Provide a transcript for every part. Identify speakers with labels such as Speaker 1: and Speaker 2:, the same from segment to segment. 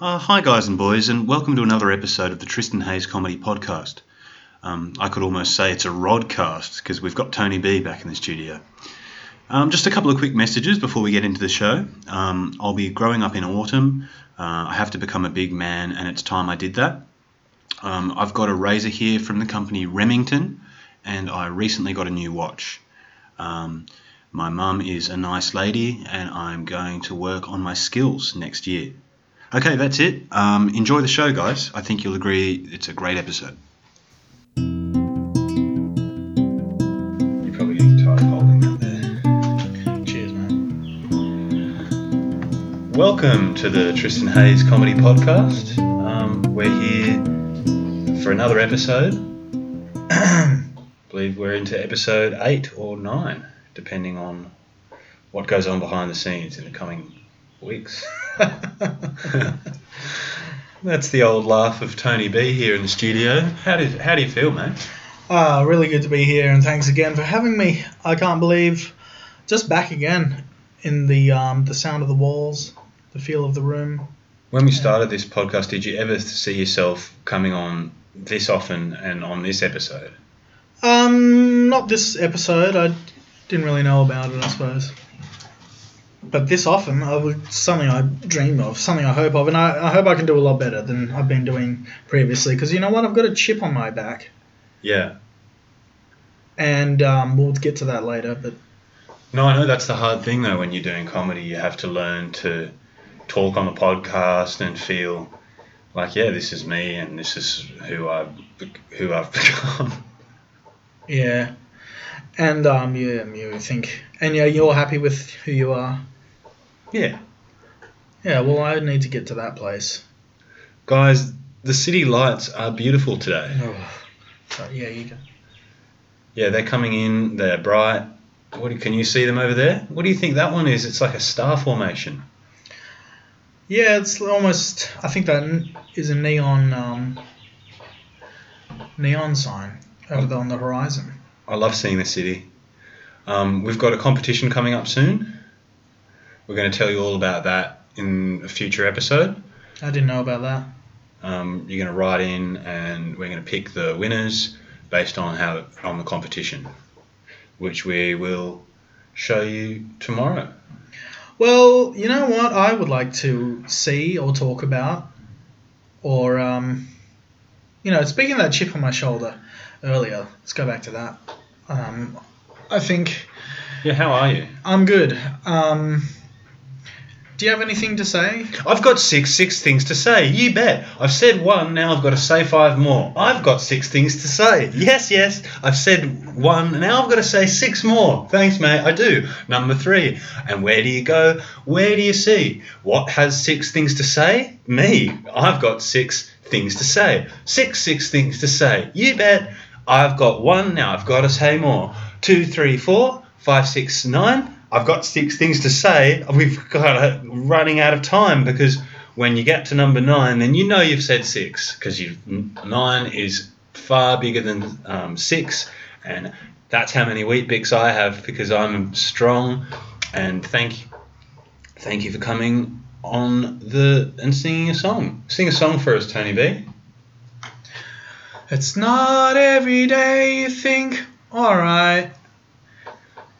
Speaker 1: Uh, hi, guys and boys, and welcome to another episode of the Tristan Hayes Comedy Podcast. Um, I could almost say it's a rodcast because we've got Tony B back in the studio. Um, just a couple of quick messages before we get into the show. Um, I'll be growing up in autumn. Uh, I have to become a big man, and it's time I did that. Um, I've got a razor here from the company Remington, and I recently got a new watch. Um, my mum is a nice lady, and I'm going to work on my skills next year. Okay, that's it. Um, enjoy the show, guys. I think you'll agree it's a great episode. You're probably getting tired holding that there. Cheers, man. Welcome to the Tristan Hayes Comedy Podcast. Um, we're here for another episode. I believe we're into episode eight or nine, depending on what goes on behind the scenes in the coming weeks. That's the old laugh of Tony B here in the studio. How did how do you feel, mate?
Speaker 2: Ah, really good to be here, and thanks again for having me. I can't believe just back again in the um, the sound of the walls, the feel of the room.
Speaker 1: When we started this podcast, did you ever see yourself coming on this often and on this episode?
Speaker 2: Um, not this episode. I didn't really know about it, I suppose. But this often, I would something I dream of, something I hope of, and I, I hope I can do a lot better than I've been doing previously. Because you know what, I've got a chip on my back,
Speaker 1: Yeah.
Speaker 2: and um, we'll get to that later. But
Speaker 1: No, I know that's the hard thing though. When you're doing comedy, you have to learn to talk on the podcast and feel like, yeah, this is me and this is who I who I've become.
Speaker 2: Yeah, and um, yeah, you think, and yeah, you're happy with who you are.
Speaker 1: yeah,
Speaker 2: Yeah, well, I need to get to that place.
Speaker 1: guys, the city lights are beautiful today.
Speaker 2: So, yeah, you can.
Speaker 1: Yeah, they're coming in. They're bright. What do, can you see them over there? What do you think that one is? It's like a star formation.
Speaker 2: Yeah, it's almost. I think that n- is a neon um, neon sign over there on the horizon.
Speaker 1: I love seeing the city. Um, we've got a competition coming up soon. We're going to tell you all about that in a future episode.
Speaker 2: I didn't know about that.
Speaker 1: Um, you're going to write in, and we're going to pick the winners based on how on the competition, which we will show you tomorrow.
Speaker 2: Well, you know what I would like to see or talk about, or um, you know, speaking of that chip on my shoulder earlier, let's go back to that. Um, I think
Speaker 1: Yeah, how are you?
Speaker 2: I'm good. Um, do you have anything to say?
Speaker 1: I've got six six things to say. You bet. I've said one. Now I've got to say five more. I've got six things to say. Yes, yes. I've said one. Now I've got to say six more. Thanks, mate. I do. Number three. And where do you go? Where do you see? What has six things to say? Me. I've got six things to say. Six six things to say. You bet. I've got one. Now I've got to say more. Two, three, four, five, six, nine. I've got six things to say. We've got a, running out of time because when you get to number nine, then you know you've said six because you nine is far bigger than um, six, and that's how many wheat bix I have because I'm strong. And thank thank you for coming on the and singing a song. Sing a song for us, Tony B.
Speaker 2: It's not every day you think, alright.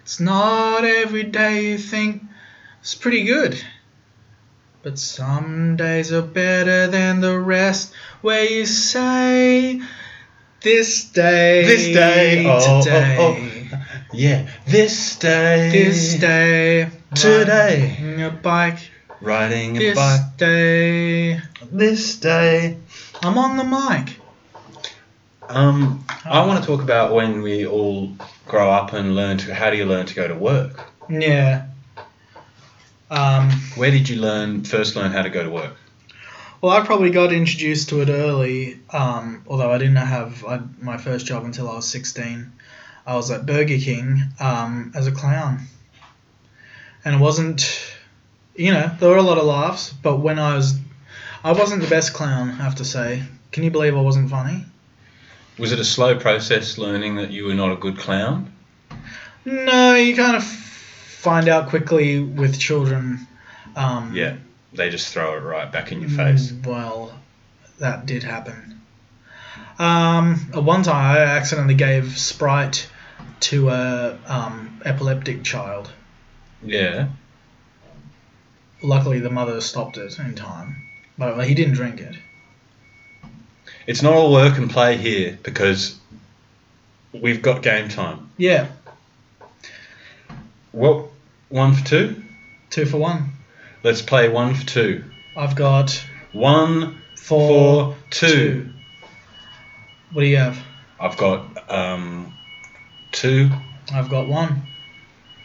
Speaker 2: It's not every day you think, it's pretty good. But some days are better than the rest, where you say, this day,
Speaker 1: This day, oh, oh,
Speaker 2: today,
Speaker 1: oh. Yeah, this day,
Speaker 2: this day,
Speaker 1: Today.
Speaker 2: riding a bike,
Speaker 1: riding a
Speaker 2: this
Speaker 1: bike.
Speaker 2: day,
Speaker 1: This day.
Speaker 2: I'm on the mic.
Speaker 1: Um, I want to talk about when we all grow up and learn to. How do you learn to go to work?
Speaker 2: Yeah. Um,
Speaker 1: Where did you learn first learn how to go to work?
Speaker 2: Well, I probably got introduced to it early, um, although I didn't have I, my first job until I was 16. I was at Burger King um, as a clown. And it wasn't, you know, there were a lot of laughs, but when I was, I wasn't the best clown, I have to say. Can you believe I wasn't funny?
Speaker 1: Was it a slow process learning that you were not a good clown?
Speaker 2: No, you kind of find out quickly with children. Um,
Speaker 1: they just throw it right back in your face.
Speaker 2: Mm, Well, that did happen. Um, at one time, I accidentally gave Sprite to a um, epileptic child.
Speaker 1: Yeah.
Speaker 2: Luckily, the mother stopped it in time, but well, he didn't drink it.
Speaker 1: It's not all work and play here because we've got game time.
Speaker 2: Yeah,
Speaker 1: Well, one for two?
Speaker 2: two for one.
Speaker 1: Let's play one for two.
Speaker 2: I've got
Speaker 1: One
Speaker 2: four
Speaker 1: for two.
Speaker 2: What do you have?
Speaker 1: I've got um, two,
Speaker 2: I've got one.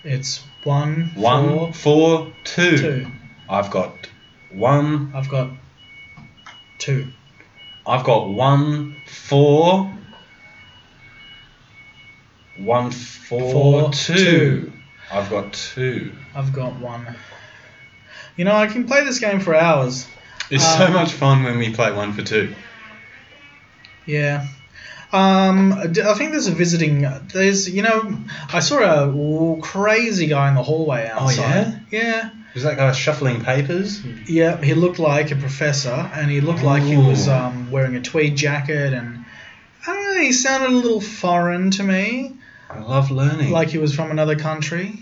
Speaker 2: It's one,
Speaker 1: one,
Speaker 2: four,
Speaker 1: four, two.
Speaker 2: two.
Speaker 1: I've got one,
Speaker 2: I've got two.
Speaker 1: I've got one, four, one, four,
Speaker 2: Four,
Speaker 1: two.
Speaker 2: two.
Speaker 1: I've got two.
Speaker 2: I've got one. You know, I can play this game for hours.
Speaker 1: It's so
Speaker 2: Um,
Speaker 1: much fun when we play one for two.
Speaker 2: Yeah. Um, d- I think there's a visiting. There's, you know, I saw a w- crazy guy in the hallway
Speaker 1: Oh,
Speaker 2: outside. yeah. Yeah.
Speaker 1: Was that guy shuffling papers?
Speaker 2: Yeah. He looked like a professor, and he looked like he was
Speaker 1: Ooh.
Speaker 2: um, wearing a tweed jacket, and I don't know. He sounded a little foreign to me,
Speaker 1: I love learning.
Speaker 2: like he was from another country.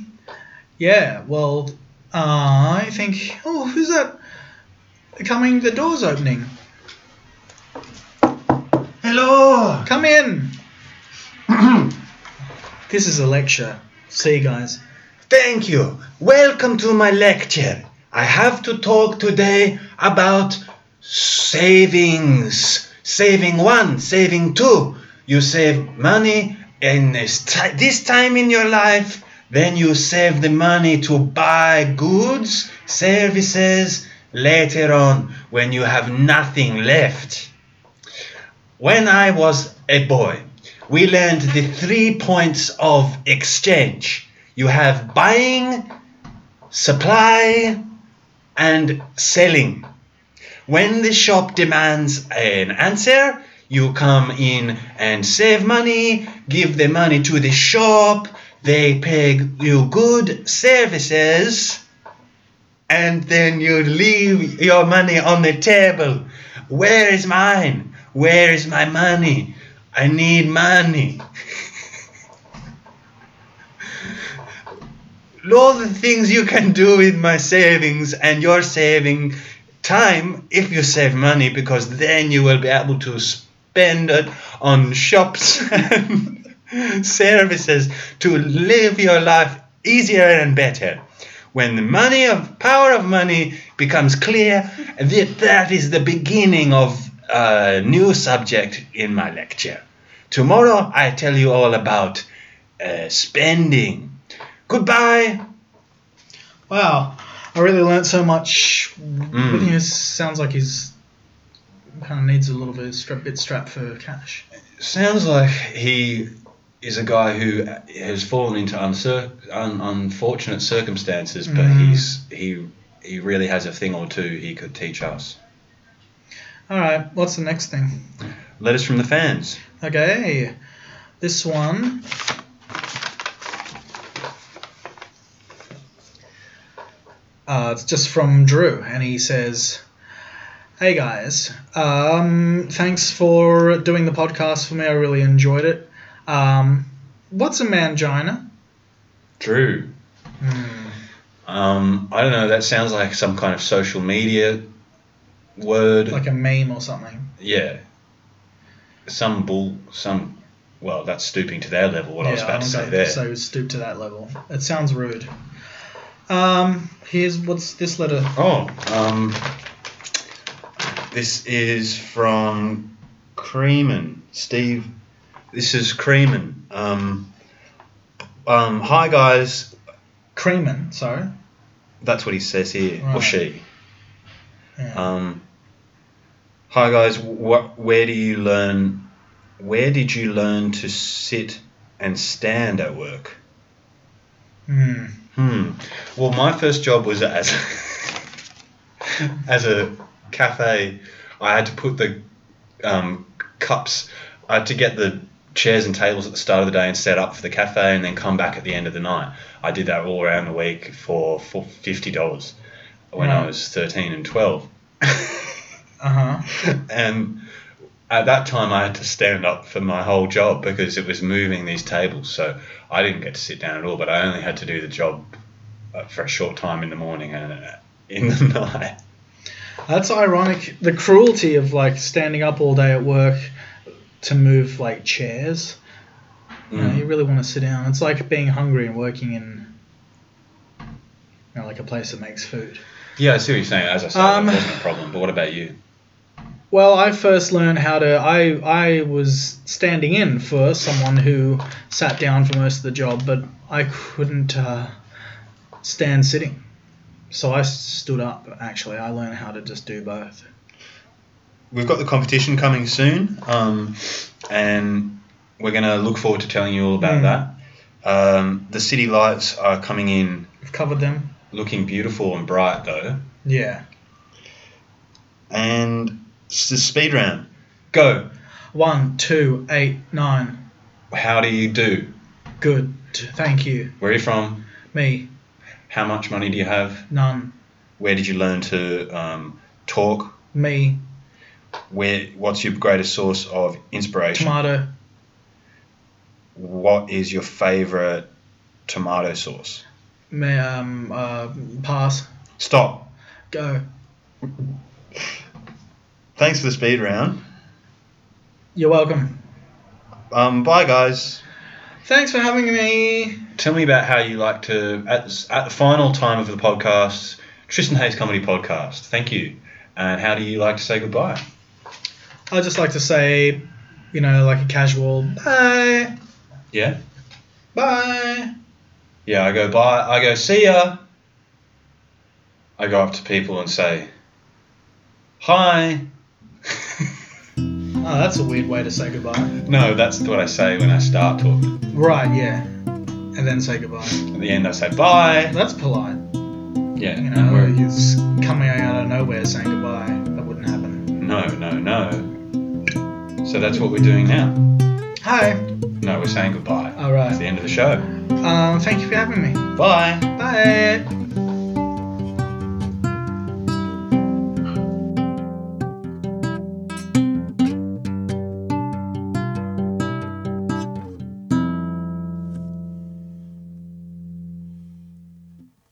Speaker 2: Yeah. Well, uh, I think. Oh, who's that? Coming. The door's opening.
Speaker 1: hello.
Speaker 2: Come in. This is a lecture. See you guys.
Speaker 1: Thank you. Welcome to my lecture. I have to talk today about savings. Saving one, saving two. You save money, and this ti- this time in your life, then you save the money to buy goods, services later on when you have nothing left. When I was a boy, we learned the three points of exchange. You have buying, supply, and selling. When the shop demands an answer, you come in and save money, give the money to the shop, they pay you good services and then you leave your money on the table. Where is mine? Where is my money? I need money. All the things you can do with my savings and your saving time if you save money because then you will be able to spend it on shops and services to live your life easier and better when the money of power of money becomes clear that that is the beginning of a new subject in my lecture tomorrow i tell you all about uh, spending goodbye
Speaker 2: Wow, I really learnt so much. With him. It sounds like he's kind of needs a little bit strap, bit strapped for cash.
Speaker 1: sounds like he is a guy who has fallen into uncir- un- unfortunate circumstances but
Speaker 2: Mm.
Speaker 1: he's he he really has a thing or two he could teach us
Speaker 2: All right, what's the next thing?
Speaker 1: letters from the fans
Speaker 2: Okay, this one. Uh, it's just from Drew, and he says, "Hey guys, um, thanks for doing the podcast for me. I really enjoyed it. Um, what's a mangina? Hmm.
Speaker 1: drew Um, I don't know. That sounds like some kind of social media word.
Speaker 2: Like a meme or something?
Speaker 1: yeah. Some bull. Some. Well, that's stooping to their level. What I was
Speaker 2: Yeah,
Speaker 1: about
Speaker 2: I'm
Speaker 1: to say
Speaker 2: going
Speaker 1: there.
Speaker 2: So stoop to that level. It sounds rude. Um, here's what's this letter?
Speaker 1: Oh. Um. This is from Creeman, Steve. This is Creeman. Um. Um. Hi guys.
Speaker 2: Creeman, sorry.
Speaker 1: That's what he says here, or
Speaker 2: Right.
Speaker 1: she.
Speaker 2: Yeah.
Speaker 1: Um, hi guys, what? Where do you learn? Where did you learn to sit and stand at work?
Speaker 2: Hmm.
Speaker 1: Hmm. Well, my first job was as as a cafe. I had to put the um, cups. I had to get the chairs and tables at the start of the day and set up for the cafe, and then come back at the end of the night. I did that all around the week for, for fifty dollars. when I
Speaker 2: Right.
Speaker 1: was 13 and 12.
Speaker 2: Uh huh.
Speaker 1: and at that time, I had to stand up for my whole job because it was moving these tables. So I didn't get to sit down at all, but I only had to do the job uh, for a short time in the morning and uh, in the night.
Speaker 2: That's ironic. The cruelty of like standing up all day at work to move like chairs.
Speaker 1: Mm.
Speaker 2: You, know, you really want to sit down. It's like being hungry and working in you know, like a place that makes food.
Speaker 1: Yeah, I see what you're saying. As I said,
Speaker 2: Um,
Speaker 1: that wasn't a problem. But what about you?
Speaker 2: Well, I first learned how to. I I was standing in for someone who sat down for most of the job, but I couldn't uh, stand sitting. So I stood up. Actually, I learned how to just do both.
Speaker 1: We've got the competition coming soon, um, and we're going to look forward to telling you all about
Speaker 2: Mm.
Speaker 1: that. Um, the city lights are coming in
Speaker 2: We've covered them.
Speaker 1: looking beautiful and bright, though.
Speaker 2: Yeah.
Speaker 1: And it's the speed round. Go.
Speaker 2: One, two, eight, nine.
Speaker 1: How do you do?
Speaker 2: Good. Thank you.
Speaker 1: Where are you from?
Speaker 2: Me.
Speaker 1: How much money do you have?
Speaker 2: None.
Speaker 1: Where did you learn to um, talk?
Speaker 2: Me.
Speaker 1: Where? What's your greatest source of inspiration?
Speaker 2: Tomato.
Speaker 1: What is your favorite tomato sauce?
Speaker 2: Me. Um. Uh. Pass.
Speaker 1: Stop.
Speaker 2: Go.
Speaker 1: Thanks for the speed round.
Speaker 2: You're welcome.
Speaker 1: Um, bye, guys.
Speaker 2: Thanks for having me.
Speaker 1: Tell me about how you like to at, at the final time of the podcast, Tristan Hayes Comedy Podcast. Thank you. And how do you like to say goodbye?
Speaker 2: I just like to say, you know, like a casual bye,
Speaker 1: Yeah.
Speaker 2: bye.
Speaker 1: Yeah, I go bye. I go see ya. I go up to people and say, hi.
Speaker 2: Oh, that's a weird way to say goodbye.
Speaker 1: no, that's what I say when I start talking.
Speaker 2: Right, yeah. And then say goodbye.
Speaker 1: At the end, I say bye.
Speaker 2: That's polite.
Speaker 1: Yeah.
Speaker 2: You know,
Speaker 1: we're-
Speaker 2: it's coming out of nowhere saying goodbye. That wouldn't happen.
Speaker 1: No, no, no. So that's what we're doing now.
Speaker 2: Hi.
Speaker 1: No, we're saying goodbye.
Speaker 2: All
Speaker 1: That's the
Speaker 2: right.
Speaker 1: end of the show.
Speaker 2: Um, thank you for having me.
Speaker 1: Bye.
Speaker 2: Bye.